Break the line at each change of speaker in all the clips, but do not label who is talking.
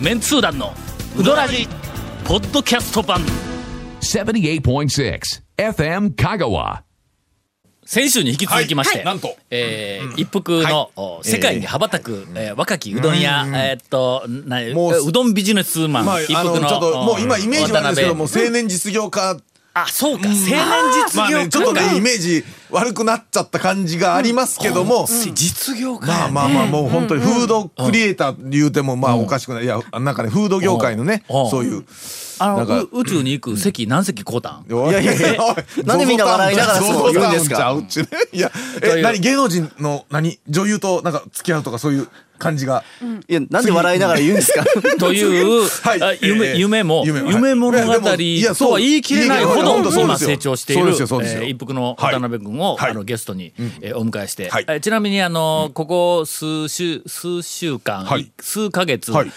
メンツー団のウドラジポッドキャスト版
78.6 FM Kagawa.
先週に引き続きまして、
はいはいなんと
えー一服の、お世界に羽ばたく、えー若きうどん屋、えーっとなえ
もう
うどんビジネスマン、
まあ、
一
あ
服
の、
の
ちょっと、もう今イメージなんですけども、
渡
青年実業家。
辺あそうか青年
ま
実
あ
業
ね、
家
ちょっと
か
ね、イメージ悪くなっちゃった感じがありますけども。
実業家
まあまあまあ、もう本当にフードクリエイター言うても、まあおかしくない。いや、なんかね、フード業界のね、
うん
そういう。
あの
なんか
う宇宙に行く席何席買うたん
いやいやいや、おい
なんでみんな笑いながらそう言うんですか
ゾゾタウンちゃうっちねいや、
とい
え、
う
何芸能人の、何女優となんか付き合うとかそういう感じが。
いや、なんで笑いながら言うんですか
という、
はい
あ夢
ええ
夢も夢,、
夢も
物語
いやでもいやそう
とは言い切れないほ
いやいやいや本
ど
当そう
今
ですよ
成長している、え
そうですよそうですよ
ー一服の渡辺君を、
はい
あのゲストに、えーお迎えして、
はい
えーちなみにあのここ数週数週間、
はい
数ヶ月、
はい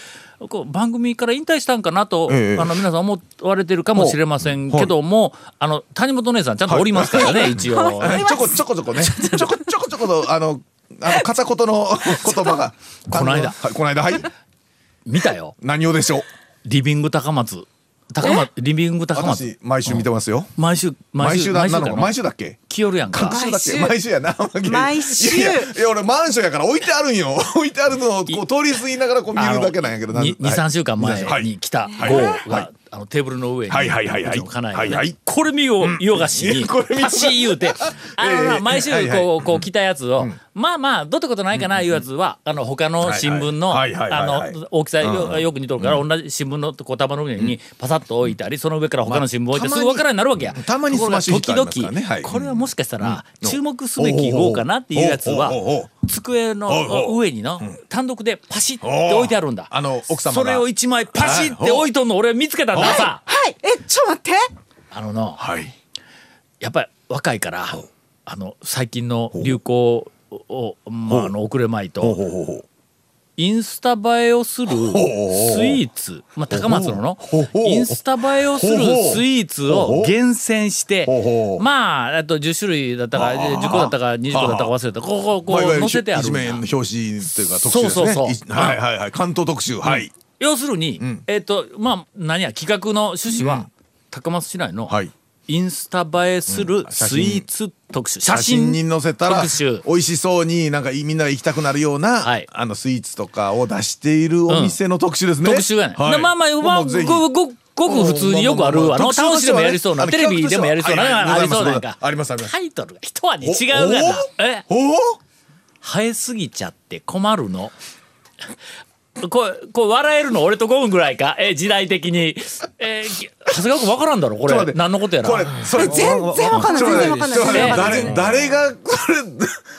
こう番組から引退したんかなと、
ええ
あの皆さん思われてるかもしれませんけども、あの谷本姉さんちゃんとおりますからね、一応。
ちょこちょこちょこね。ちょこちょこちょこの、あの、あの片言 の言葉が。
この間
あはい、この間、はい。
見たよ
何をでしょう
リビング高松高松リビング高松
私毎週見てますよ、
毎週毎
毎
週
週だなのか毎
毎週
週だっけ
来よるやんか。
毎週だっけ毎週やな
毎週
いやいやいや俺マンションやから置いてあるんよ 置いてあるのをこう通り過ぎながらこう見るだけなんやけどなん
に
はい
23週間前
はい
に来た
はい
号
は
があのテーブルの上に
はいはいはいはいう
ちの家内が
はいは
ね
い
これ見ようよがし
い
に
や これ見よ
パ
う
シー言う てあの
え
な
え
毎週
はいはい
こうこう来たやつをまあまあどうってことないかないうやつはあの他の新聞のあ
はいはいはいはいはい
の大きさよよく似とるから同じ新聞のこう束の上にパサッと置いたりその上から他の新聞置いて
まあ
すぐ分からんようになるわけや。
たまに
ところが
スマッシュヒットあります
時
からね
々
はい
これはもしかしたら注目すべき号かなっていうやつは
おうおうおうおうおう
机の上にの単独でパシッって置いてあるんだ。
あの奥様が
それを一枚パシって置いとんの俺見つけたんださ
はい、え、ちょっと待って。
あのの
はい
やっぱり若いからあの最近の流行をまああの遅れまい
ほ
と
うほうほうほう
インスタ映えをするスイーツまあ高松のの
ほうほう
インスタ映えをするスイーツを厳選して
ほうほう
まああと10種類だったか10個だったか20個だったか忘れたこここ
まあいわ
う
ゆる
載せてある
一
んだ
面表紙というか特集ですね
そうそうそう
いはいはいはい関東特集はい
要するに、えっ、とまあ何や企画の趣旨は、高松市内の
はい
インスタ映えする
写真
スイーツ特集、写
写真
真
に載せたら
特集
美味しそうになんかみんなが行きたくなるような、
はい
あのスイーツとかを出しているお店の特集ですね、
特集やね、
はい
まあまあ、まあ、
もうぜひ
ごごごく普通によくある
うんま
あ
あまあまあ
の
特集
楽
と
し
し
で
て
も
はね
やりそうな
あの
テレビでもやりそうな、あり
企画としては
そうなんか
ありますあります
タイトルが一味違うがなえ
おお
生えすぎちゃって困るの こうこう笑えるの俺と5分ぐらいかえ時代的にえー、長谷川君分からんだろこ
ちょっと待
れ
って
何のことやら
これそれ
え全然わかんない
ちょっと
全然わかんない
ちょっ
全
と
然わかん
な
誰
い
誰が これ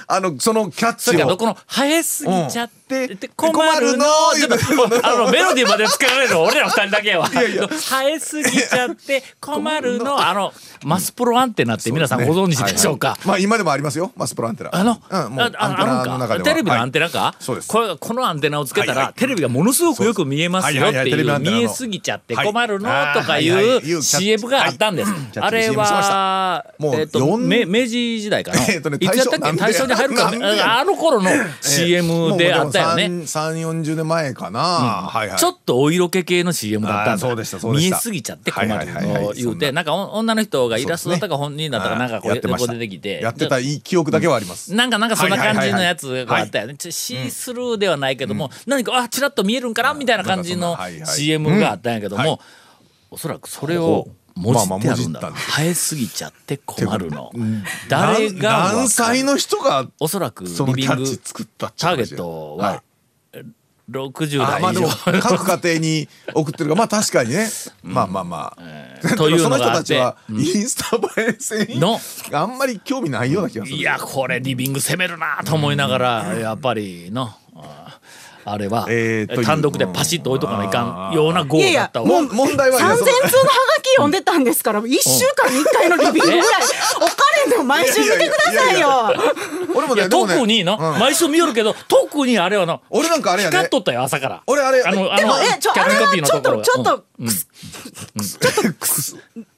あのそのキャッ
それ
チ
から
を
この生えすぎちゃって,、
うん
って困るの
困
ちょ
る
っ
の
とあのメロディーまで作られるの俺ら二人だけやわ生えすぎちゃって困 るのあのマスプロアンテナって皆さんご存知でしょうか、
はいはいまあ今でもありますよマスプロアンテナ
あの、
うん、もうア
あ
ンテ
あ
ナ
ある
の
ん
中
か
では
テレビのアンテ
ナ、
ナか、
そうです
これこのアンテナをつけたら、
はいはい
テレビがものすごくよく見えますよって
はいはいテ
い
レ
う、
ビアンテナの
見えすぎちゃって困るの
はい
とかい
あーはいはいう
CM があったんです、
はい
あれ
キャッチ CM しまし
は
もう
えっと
四
め明治時代かな、
えっとね
いつやったっけ大
大
正
正
に入るか
なんでや
ああの頃の CM であったよね、
3四4 0年前かな、はいはい
ちょっとお色気系の CM だったんだ
あーそうでしたそうでした
見えすぎちゃって困る
はいはいはい
の
はい
言う
そん
て
な
なんかお女の人がイラストだったか本人だったか
はい
なんかこう
やってま
こう
した
出てきて
やってた記憶だけはあります
なんかなんかそんな感じのや
はいは
つ
い
が
はい
あったよね。ちょシースルーではないけども、何かあちらっと見えるんかなみたいな感じ
な
の
んかそんなはいはい
CM があったんやけども、
うんはい
おそらくそれを文字ってあるんだ
まあ
ろう。
まあもじったんで
生えすぎちゃって困る の。誰がわか
何
る
何歳の人が
おそらくリ
その
ビ
キ
ン
ャ
グ
ッチ作ったって
ター
話
ゲ
や
ット
は
はい60
あ
代
まあ
以
で
上
も。各家庭に送ってるからまあ確かにね、まあまあまあ、
というの
その人
があ
た
っ
ち
て
は、インスタ映え戦
の
あんまり興味ないような気がする
いやこれリビング攻めるなと思いながらやっぱりのああれは
えーという
単独でパシッと置いとかないかんような号
いやい
だっ
や
たわ。
もん問題は
3000通のハガキ読んでたんですから、一週間に一回のリビングぐらい、おカレンでも毎週見てください
いやいやいやいや
よ。
俺も
いや
ねでもね
特にな、
うん
毎週見よるけど特にあれはな
俺なんかあれやね
光っとったよ朝から
俺あれ
あのあ
でも
の、
え、ちょ、
キャ
あ
ッ
れ
チコピー
は
の
ちょ
と
っ
ころ
と、ちょっ
うん
と、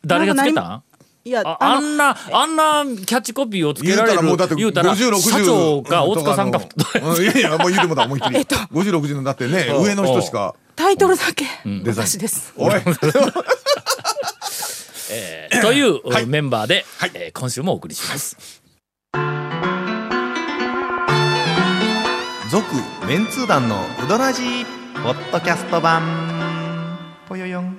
誰がつけたん
いや、
あ
あ
あ
の、
んなあんなキャッチコピーをつけられ
言うたらもうだって
る言うたら
50 60
社長か大塚さんか
とかのうんいやいやもう言うてもだ思いっきり5060のだってね上の人しか
太イトルだけ私です。
おい
えーという、
はい
メンバーで、
はい
えー今週もお送りします。
続メンツー団のウドラジーポッドキャスト版ぽよよん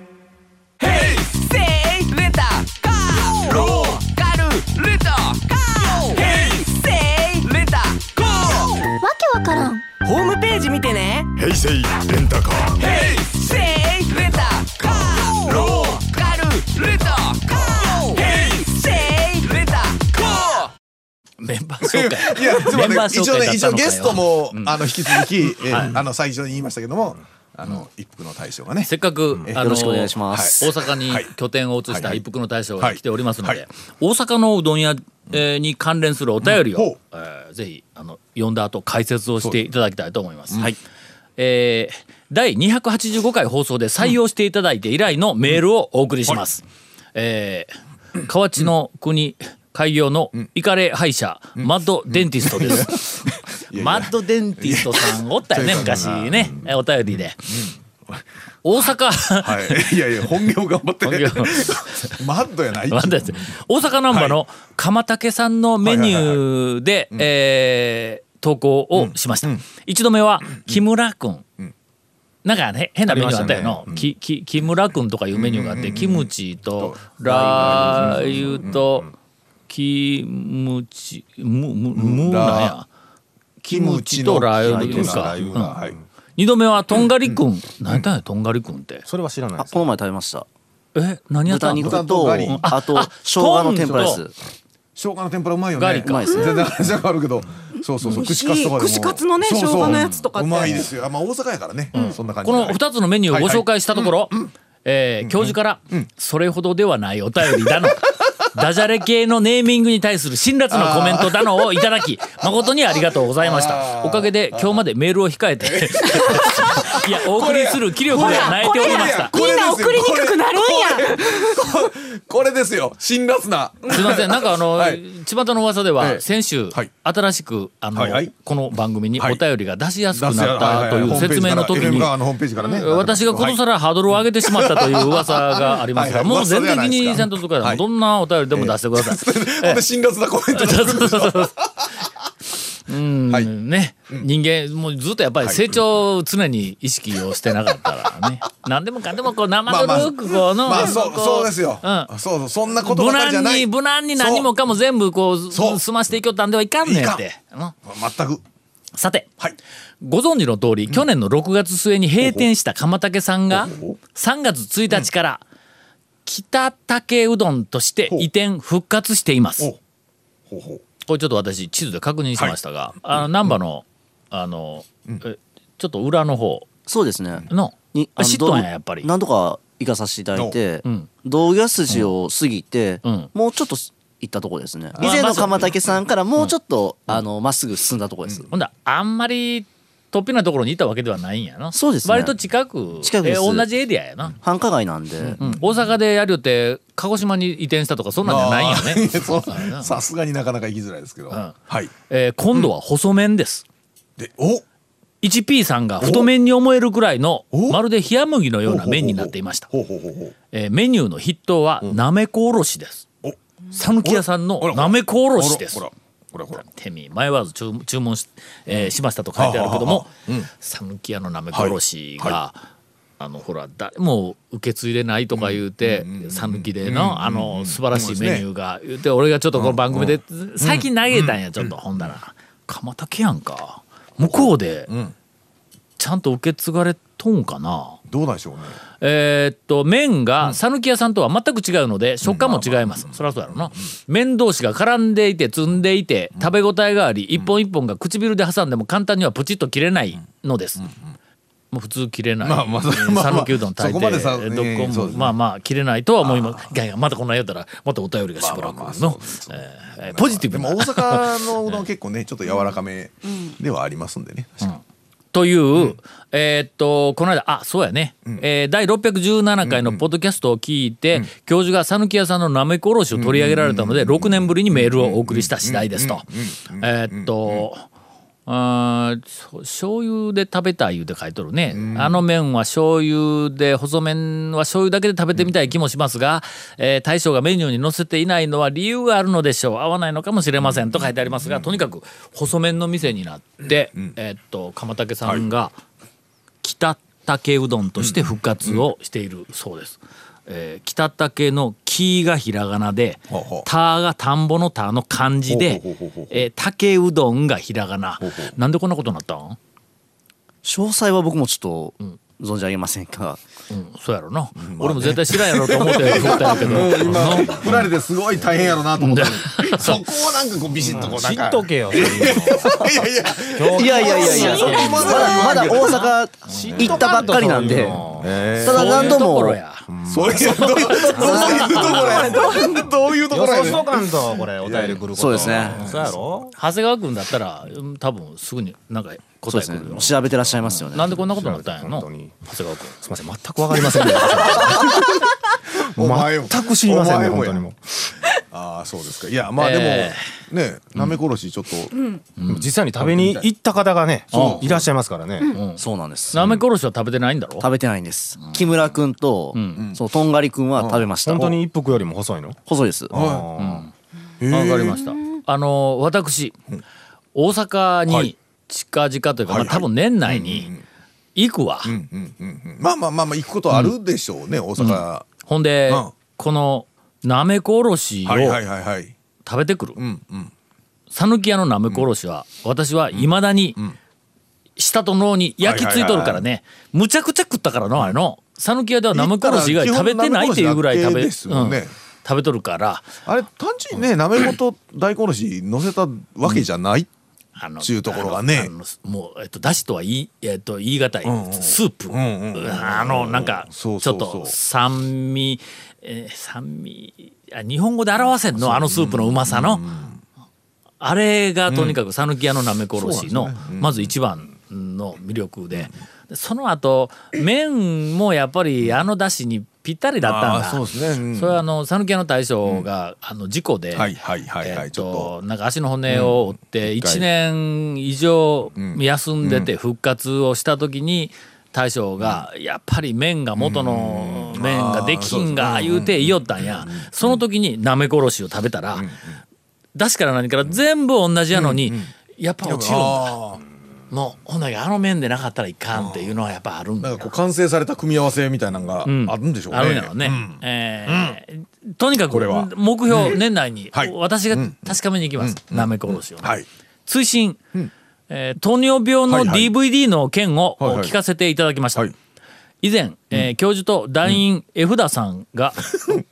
メンバー紹介。
いや、ちょっと
メ
待
ンバー
って
紹
一応
介
ね
だっ、た
一応
のかよ
ゲストも、
うん
あの、引き続き、えーあの、最初に言いましたけども、あの、一服の大将がね。
せっかく、あの
よろしくお願いします
はい大阪に
はい
拠点を移した
はい
一服の大将が
はい
来ておりますので、
はい
大阪のうどん屋、えーに関連するお便りを、
うんほう
えーぜひあの読んだ後解説をしていただきたいと思います。はいえー第285回放送で採用していただいて以来のメールをお送りします。えー河内の国開業のイカレ歯医者、マッドデンティスト です。
いや
マッドデンティストさんおったよね
いや
昔ねお便りで。大阪、
はい。いやいや、本業頑張って
本 業。
マッドやない。
待って待って大阪ナンバーの鎌竹さんのメニューで、えー投稿をしました、一度目は木村君、なんかね変なメニューあったよ
ありま
の、
したね
きき木村君とかいうメニューがあって、キムチとラー油とキムチむむむなんやキムチとラー油ですか
キムチのラー油がは
う
い
ん二度目はとんがり君、ん、何やったんやとんがり君って
それは知らない
あこの前食べました
え何やった
豚
ん
肉
豚と
と
ガリ
あと
あ
生姜の天ぷらで
トン
す
生姜の天ぷらうまいよ
ガリ
ね。
かうまい
っすね
全然話があるけど。そうそうそう。
美味し
串
い
カツとかでも。
串カツのね
そうそう
生姜のやつとかって
うまいですよ。あまあ大阪やからね。そんな感じ。
この2つのメニューをご紹介したところ、えー教授から、それほどではないお便りだの。 ダジャレ系のネーミングに対する辛辣なコメントだのをいただ き誠にありがとうございましたおかげで今日までメールを控 えていやお送りする気力で泣いておりました
これ
みん
ですよ
な送りにくくなるんや。
これですよ。辛辣な。
すいません、なんかあの、
はい
巷の噂では、
ええ
先週、
はい
新しく、あの、
はいはい
この番組にお
はい
便りが出しやすく
出すや
なっ
はいは
た
い
という
ホームペー
説
ジ
明
から
の時
FM
に、
側のホームページからね
私がことさらハードルを上げてしまったという噂がありますが、
はい
もう
噂
全
ではな
的
いですか
にせんとつから、
はい
どんなお便りでも出してください。
ほんで辛辣なコメント
そうそうそうそう うん、
はい
ね、人間もうずっとやっぱり成長を常に意識をしてなかったからね、何でもかんでもこう生ぬるくこうの、
まあそう
こ
そうですよ、
うん
そうそうそんなこと
無
ばかりじゃ
難
ない
に無難に何もかも全部こう
そう
済ましていきよったんではいかんねんって
い、
うん
全く
さて
はい
ご存知の通り、去年の6月末に閉店した鎌竹さんが3月1日から北竹うどんとして移転復活しています、
ほうほうほう
これちょっと私地図で確認しましたが、あの難波のあの、えちょっと裏の方
そうですね
の
に
あ
あの
知っとん
ど
や
う
やっぱり
何度か行かさせていただいて
ん
道具筋を過ぎて
うん
もうちょっと行ったとこですね
あ
以前
まあ
の
そう
鎌竹さんからもうちょっとあのまっすぐ進んだとこです
ほんだらあんまり突飛なところにいたわけではないんやな
そうですね
割と近く
近くです
え同じエリアやな、
繁華街なんで
うん大阪でやるよって鹿児島に移転したとかそんなんじゃないんや ね、
あーそう さすがになかなか行きづらいですけど、
ん
はい
えー今度は細麺です、
でお
1P さんが太麺に思えるくらいの
お
まるで冷麦のような麺になっていました、
ほうほうほうほう
えーメニューの筆頭はなめこおろしです
お
讃岐屋さんのなめこおろしです
ほらほらほらほら
手に迷わず注注文し,、えーしましたと書いてあるけども讃岐、屋のなめこおろしが、あのほら誰も受け継いでないとか言うて讃岐、での、あの素晴らしいメニューが言うて俺がちょっとこの番組で、最近投げたんやちょっと、ほんだら鎌竹やんか向こうでちゃんと受け継がれとんかな。
どうなんでしょうね
えーっと麺が讃岐屋さんとは全く違うので食感も違います、そりゃそうやろな、麺同士が絡んでいて積んでいて食べ応えがあり一本一本が唇で挟んでも簡単にはプチッと切れないのです、もう普通切れない。
まあまあそれまあま
讃
あ
岐うどん炊い
そこま
て、
でさ
えどこ
うんそう
も
ですね
まあまあ切れないとは思います。いやいやまたこんなん言うたらまたお便りがしばらく
まあまあまあ
の
そうですね
えーポジティブ
で
な
も大阪のうど ん結構ねちょっと柔らかめではありますんでね、確かに
という、えーっとこの間あそうやね、えー第617回のポッドキャストを聞いて、教授が讃岐屋さんのなめこおろしを取り上げられたので、6年ぶりにメールをお送りした次第ですと。えーっと、あーしょ醤油で食べたい言うて書いとるね、あの麺は醤油で細麺は醤油だけで食べてみたい気もしますが、えー大将がメニューに載せていないのは理由があるのでしょう合わないのかもしれませんと書いてありますが、とにかく細麺の店になって、えーっと鎌竹さんが北竹うどんとして復活をしているそうです。えー北竹の「木」がひらがなで
ほうほ
「
う
た」が田んぼの「た」の漢字で
ほうほうほうほう
「えー竹うどん」がひらがな
ほう
なんでこんなことになったん
詳細は僕もちょっと存じ上げませんが、
うんそうやろな、俺も絶対知らんやろと思って振ったんやけど
もう今
うん
振られてすごい大変やろなと思ったのにそこをなんかこうビシッとこうな
知
んか
っとけよそういうの
いやいや
いやいやいやいや
そこ
ま
まで
だまだ大阪行ったばっかりなんでただ
そうい
何
う
度
とこ
も
ろや
そういうどういうどういうところやどういうとこ
予
ろやね
想し
ん
とかんとこれお便り来ること
そうですね
そうやろ
長谷川君だったらうん多分すぐになんか
そ
答
う
え
です
くるよ、
ね調べてらっしゃいますよね
なんでこんなことになったんやの長
本当
谷
に
川君
すみません、全くわかりませんね。も
お前
う
も
全く知りませんね、
お前も
本
や
当にもう。
ああそうですかいやまあでも
え
ねなめ殺しちょっと
でも実際に食べに行った方がね、いらっしゃいますからね。
そうなんです
なめ殺しは食べてないんだろ
食べてないんです木村くんとそのとんがりくんは食べました
本当に一服よりも細いの。
細いです
あ
わかりました。あの私、大阪に近々というか、まあ、多分年内に行くわ。
まあまあまあまあ行くことはあるでしょうね大阪
ほんで、
うん
このなめこおろし
はいは
を
いはいはい
食べてくる
うんうん
讃岐、屋のなめこおろしは、私はいまだに、舌と脳に焼き付いとるからね、むちゃくちゃ食ったからのあれの讃岐屋ではなめこおろし以外食べてないっていうぐらい食べ、
基本なめこおろしだけですもんね
うん食べとるから
あれ単純にねなめこと大根おろし乗せたわけじゃない
あの
ちゅうところがね
あのあのもう、えっと、だしとは言い,、えっと、言い難い、
んうん
スープ、
んうんうん
あのなんかち
そ
ょ
う
っ
そうそう
と酸味、えー酸味あ日本語で表せんのあのスープのうまさの、あれがとにかく讃岐屋のなめこおろしの、まず一番の魅力で、でその後麺もやっぱりあのだしにぴったりだったんだ
あーそうですねうん
それはあの讃岐屋の大将が、あの事故で、
はいはいはいは
え
い
っ
ちょ
となんか足の骨を折って1年以上休んでて復活をした時に大将がやっぱり麺が元の麺ができんが言うて言いよったんやその時になめこおろしを食べたら出汁から何から全部同じやのにやっぱ落ちるんだ
あ
もうほんならあの麺でなかったらいかんっていうのはやっぱあるんだ
あなん
よ
かこう完成された組み合わせみたいなのがある
うん
でしょうね
あるんやろね。えーとにかく
れは
目標年内に
はい
私が確かめに行きます。なめこおろしをね。
はい
追伸、えー糖尿病の
はいはい
DVD の件を
はいはい
聞かせていただきました、
はい
以前、えー教授と団員絵札さん が、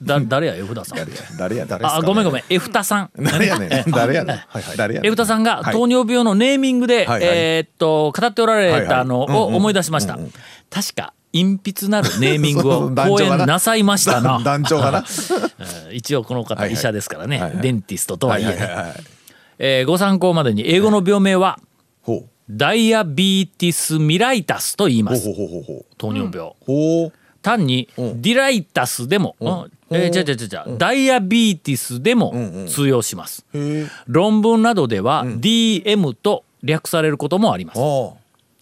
だ誰や絵札さん
誰や誰
あごめんごめん絵札さん
誰やね ん誰やねんはいはい誰やね
エフタさんが
はい
糖尿病のネーミングで、
はいはい
えーっと語っておられたの
はいはい
を
うんうん
思い出しました、確か隠筆なるネーミング
そ
を
う団長
講
がな
演なさいました な
団団長がな
えー一応この方
はいはい
医者ですからね、
はいはい
デンティストとはいえね、
はいはいはいはい
えーご参考までに英語の病名は、
ほう
ダイアビーティスミライタスと言いま
ほう
す
ほうほうほうほう
糖尿病、
ほう
単に
うん
ディライタスでも、うんえー、じゃじゃじゃじゃ、ダイアビーティスでも
んうん
通用します、
へえ
論文などでは DM と略されることもあります、
ああ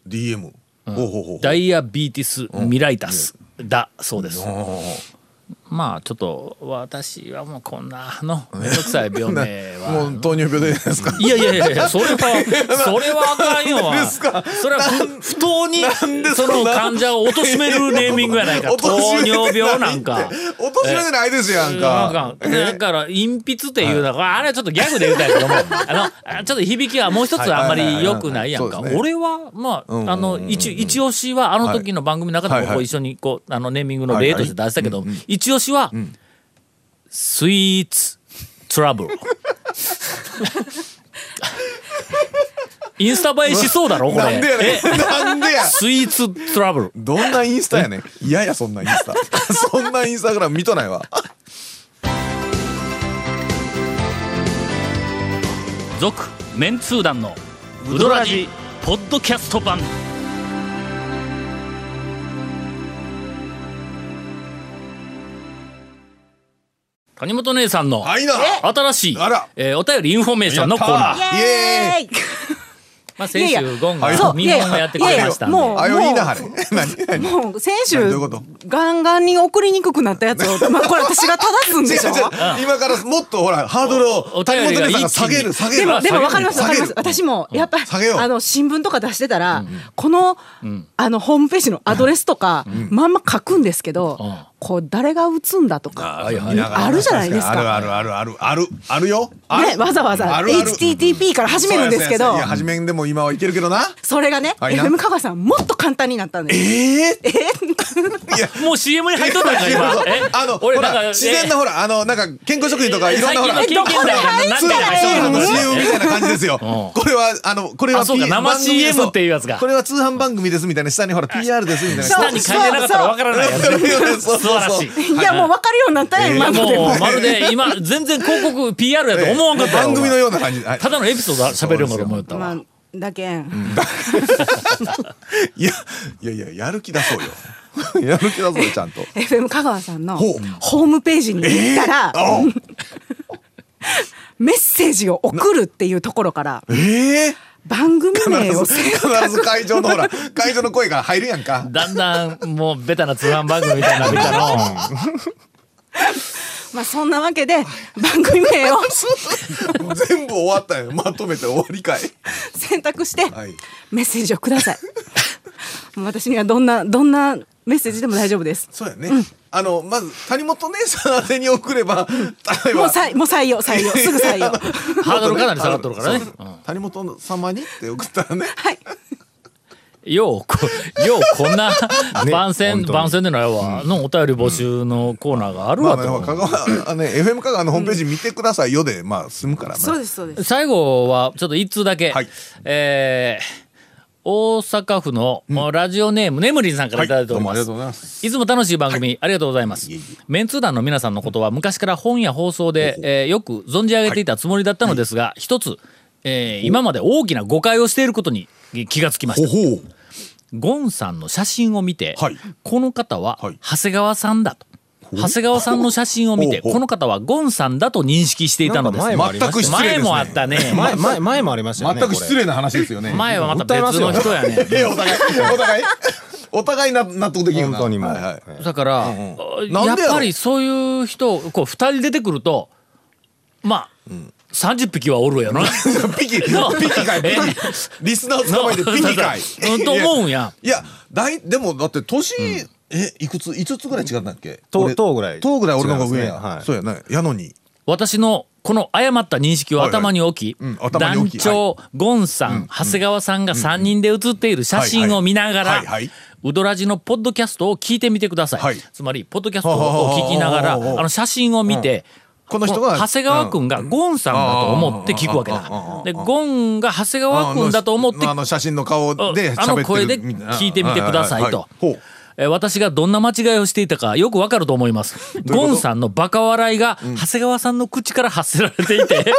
DM ほうほうほう
ダイアビーティスミライタスだそうです、
ほうほうほ
まあちょっと私はもうこんなあのめんどくさい病名
う も
は
う糖尿病でいいですか
いやいやいやいやそれ はそれはあかんよそれはふ不当にその患者を貶としめるネーミングやないか糖尿病なんか。
落としめてないですやん
なん
か
かだから隠筆っていうのはあれはちょっとギャグで言うたんやけども あのあちょっと響きはもう一つあんまり良くないやんか
はいはいはい
俺はま
うんうんうん
ああの一一押しはあの時の番組の中で
はい
も
はい
こう一緒にこうあのネーミングの例として出したけど一押しはスイーツトラブル インスタ映えしそうだろこ
なんでや
れ
ねんなんでや
スイーツトラブル
どんなインスタやねんいやいやそんなインスタ そんなインスタグラム見とないわ
続メンツー団のウドラジポッドキャスト版谷本姉さんの
はいな
新しい
あら、
えーお便りインフォメーションのコーナー
やった
イエーイ
まあ、先
いやい
週
や
ゴンが
そう
見本をやってくれましたんで
いやいやもう
あよいいなはれ何何
もう選手
どういうこと
ガンガンに送りにくくなったやつを、まあ、これ私が正す
違
ん
う違
でしょ
う今からもっとほらハードルを
おお
谷
便
本
り
姉
が
さんが
一気に
下げる下げ
で
る
も、でも分かります、
下げ
分かり
る
ます。私も、やっぱり
下げよ、う
あの、新聞とか出してたら、この、あの、ホームページのアドレスとか、まんま書くんですけど
うん、
こう、誰が打つんだとか、
はいはい
あるじゃないです
あるあ
か。
るあるあるあるあるよある
ね、わざわざ
あるある
HTTP から始めるんです
そ
け
う
ど
やそうやそうやいや、始めんでも今はいけるけどな
それがね、
はいな
FM 香川さん、もっと簡単になったんです。
ええ
もう CM に入っとったん か今え
あのほ
俺なんから
自然なほらあのなんか健康食品とかいろんなほら
最近の
えどこで入った
研
ら
ツ
究
ー
会
ええ
の
の
なんとか
CM みたいな感じですよ。これは、あの、これは
あそうか
P-
生
番組です
CM っていうやつが
これは通販番組ですみたいな、下にほら PR ですみたいな。
下に書いてなかったらわからないやつ
そうそうそう
素晴らしい
いや、もう分かるようになったよ、
いや
今ので
も
も
う。まるで今全然広告 PR やと思わんかったよ
番組のような感じ。はい
ただのエピソード喋るのかと思った
ま
わ
あ、だけん。
いや、いやいや、やる気出そう よ。やる気出そうよ、ちゃんと。
FM 香川さんの
ほう
ホームページに行ったら、
あ
メッセージを送るっていうところから
ええ
番組名
必
を
ず
選択
必ず会場のほら、会場の声が入るやんか。
だんだんもうベタな通販番組みたいになってきた の
まあそんなわけで番組名を
全部終わったよ。まとめて終わりかい。
選択して
はい
メッセージをください。 もう私にはどんなどんなメッセージでも大丈夫です。
そうやね。あの、まず、谷本姉さん宛てに送れば、例えば
もうさいもう採用採用すぐ 採用。
ハードルかなり下がっとるからね
そう谷本様にって送ったらね。
はい。
ようこようこんな番宣
本当に
番宣でないわのお便り募集のコーナーがある
ま
わ
あまあ、まあ、
と
香川、あのね、FM 香川のホームページ見てくださいよで、まあ、済むから。まあ
そうですそうです。
最後はちょっと一通だけ
はい
えー大阪府のラジオネームねむりんさんから
はい
いただいてお
どう
り
も
ま
あり
す
がとうございます。
いつも楽しい番組、ありがとうございます。メンツー団の皆さんのことは昔から本や放送で、えーよく存じ上げていたつもりだったのですが、一つ、えー今まで大きな誤解をしていることに気がつきました。
ほう。
ゴンさんの写真を見て、
はい
この方は
はい
長谷川さんだと。長谷川さんの写真を見て、
ほうほう
この方はゴンさんだと認識していたのです。
なんか前もありました
ね
前もあったね。
前前前もありましたよね。
全く失礼な話ですよね。
前はまた別の人やね。
ええお互い、 お互い、お互いな納得できる
本
な。
当にもう。
はいはい
だから、
ん
や
な
っ
んでやろ
ぱりそういう人こう2人出てくるとまあ、30匹はおるや ろな。
ピキ、ピ キ
そう
かい
え。
リスナーを捕まえてピキ か い。
うんと思うんや。
いや、だい、でも、だって、年、え、いくつ、五つぐらい違ったっけ。
と
俺
とぐらい
とぐらい、俺の方が上
違いますねは
や。
い
そうやな、やのに。
私のこの誤った認識を頭に置き、
はいはいうん頭に
団
置き
長、ゴンさん、長谷川さんが3人で写っている写真を見ながら、
はいはいはいはい
ウドラジのポッドキャストを聞いてみてください、
はい
つまりポッドキャストを聞きながらあ
はあはあはあはあ
の写真を見て、
この人が
長谷川君がゴンさんだと思って聞くわけ
うんあああああああ
だ。でゴンが長谷川君だと思って
あの写真の顔で喋ってる
あの声で聞いてみてくださいと
ははほう
えー私がどんな間違いをしていたかよくわかると思います。
ういうこと
ゴンさんのバカ笑いが長谷川さんの口から発せられていて、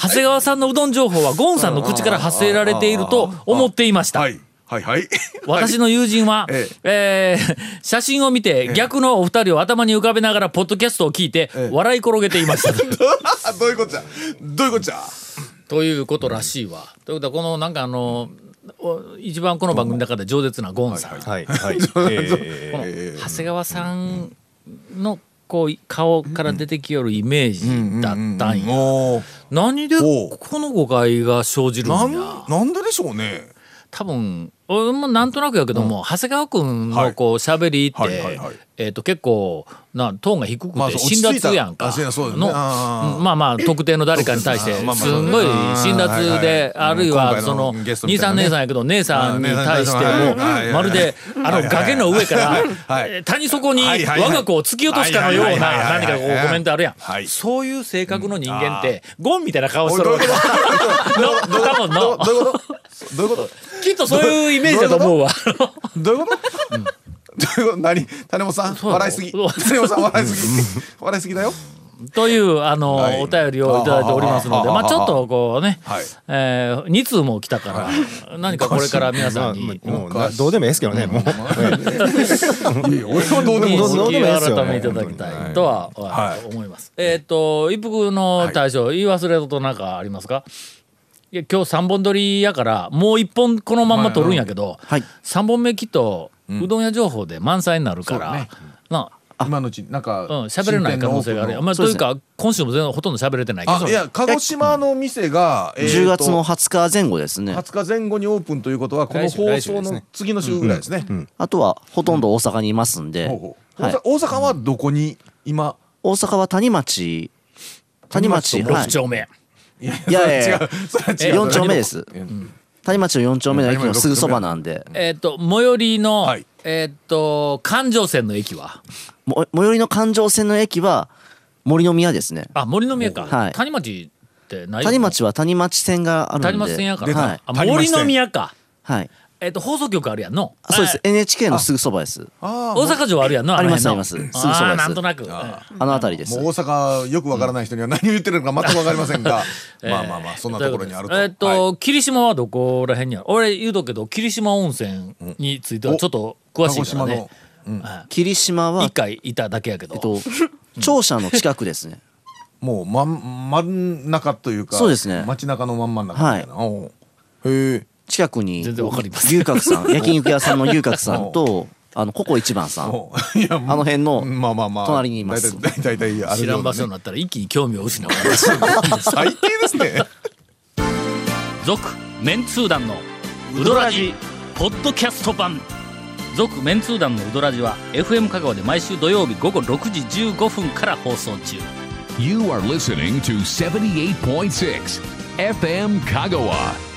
長谷川さんのうどん情報はゴンさんの口から発せられていると思っていました
は。いはいはい
私の友人は、
え
えー写真を見て逆のお二人を頭に浮かべながらポッドキャストを聞いて笑い転げていま した。
はい どういうことじゃどういうことじゃ
ということらしいわ。ということはこのなんかあのお一番この番組の中で饒舌なゴンさん。
はいはい。え
この長谷川さんのこう顔から出てきよるイメージだったんや
おー
何でこの誤解が生じる
なんん
や
なんででしょうね
多分俺もなんとなくやけども、長谷川君のこう喋りって、
はいはいはい
えー、と結構なトーンが低くて
まあそう
辛
落ち着いた
辣やんか、
あそうやそうですね
の
あー
うんまあまあ特定の誰かに対して
そうですねまあまあ
すんごい辛辣で
あ
あ
ーはいはい
るい
今
は
回の
その
ゲスト
兄
みた
さ
いなんね
姉さんやけど姉さんに
あー姉さん
対して
はい
も
はいはい
まるであの崖の上から
はい
えー谷底に
はいはい
我が子を突き落とすかのよう
はい
な
はいはいはい
何かこうコメントあるやん、
はい
そういう性格の人間ってゴンみたいな顔しとる
お
わ
い
け
どういう
だの多分の
どういうことどういうこと
きっとそういうイメージだと思うわ。
どういうこと どういうこと何種本さん
うなの
笑いすぎ
そう
種本さん笑いすぎ笑いすぎだよ
というあの、
はい
お便りをいただいておりますので、
あはははは
まあちょっとこうね、
はい
えー、2通も来たから、何かこれから皆
ーま
さ
あ
ん に。
もうなどうでもいいですけどね。もう
いや俺はどうでも
認
どうどう
識
でもいい
を
ですよ
改めていただきたいとは
はい
思います。えっ、と一服の大将、言い忘れることなんかありますか？いや今日3本撮りやからもう1本このまんま撮るんやけど、
はい
3本目きっとうどん屋情報で満載になるから、な
今のうちなんか
うん喋れない可能性があるやんまあ、
そ
と
う
いう
です
か
ね
今週も全然ほとんど喋れてないけ
あ
ど
いや鹿児島の店がえーと
10月の20日前後ですね。
20日前後にオープンということはこの
来週
放
来週
送
です
の
ね
次の週ぐらいですね。うん
あとはほとんど大阪にいますんで、
ほうほう
はい
大阪大阪はどこに今
大阪は谷町、谷町、は
6。
い
丁目、
いやいやいや、
それは違う
4丁目です。谷町の4丁目の駅のすぐそばなんで、
えっ、と最寄りの、
はい
えっ、と環状線の駅は
も最寄りの環状線の駅は森の宮ですね。
あ森の宮か、
はい
谷町ってないよ
谷町は谷町線があるんで。
谷町線やか
出
ら、
た
はい。
あ
谷町
森
線
の宮か
はい。
えっ、と放送局あるやんの
あそうです
は。い
NHK のすぐそばです。
あ
大阪城あるやんの
あります
の辺の
ありますすぐそば
あー
で
な
す
んとなく
あの辺りで
あ
す
もう。大阪よくわからない人には何を言ってるのか全くわかりませんがまあまあまあそんなところにあると。
えっ
はい
と、霧島はどこら辺にある俺言うとくけど、霧島温泉についてはちょっと詳しいからね。はい
霧島は
一、回いただけやけど。
えっと、庁舎の近くですね。
もうまん真ん中というか
そうですね
街中のまん真ん中みたいな。おうへえ。
近くに
全然わかりません
牛角さん焼肉屋さんの牛角さ んとあのココ一番さん
おう いやあ
あの辺の
まあまあまあ
隣にいます
大体大体あるようなね
知らん場 所になったら一気に興味を失う。
最低ですね。
続、メンツー団のウドラジ、ポッドキャスト版。続、メンツー団のウドラジは FM 香川で毎週土曜日午後6時15分から放送中。
You are listening to 78.6 FM Kagawa.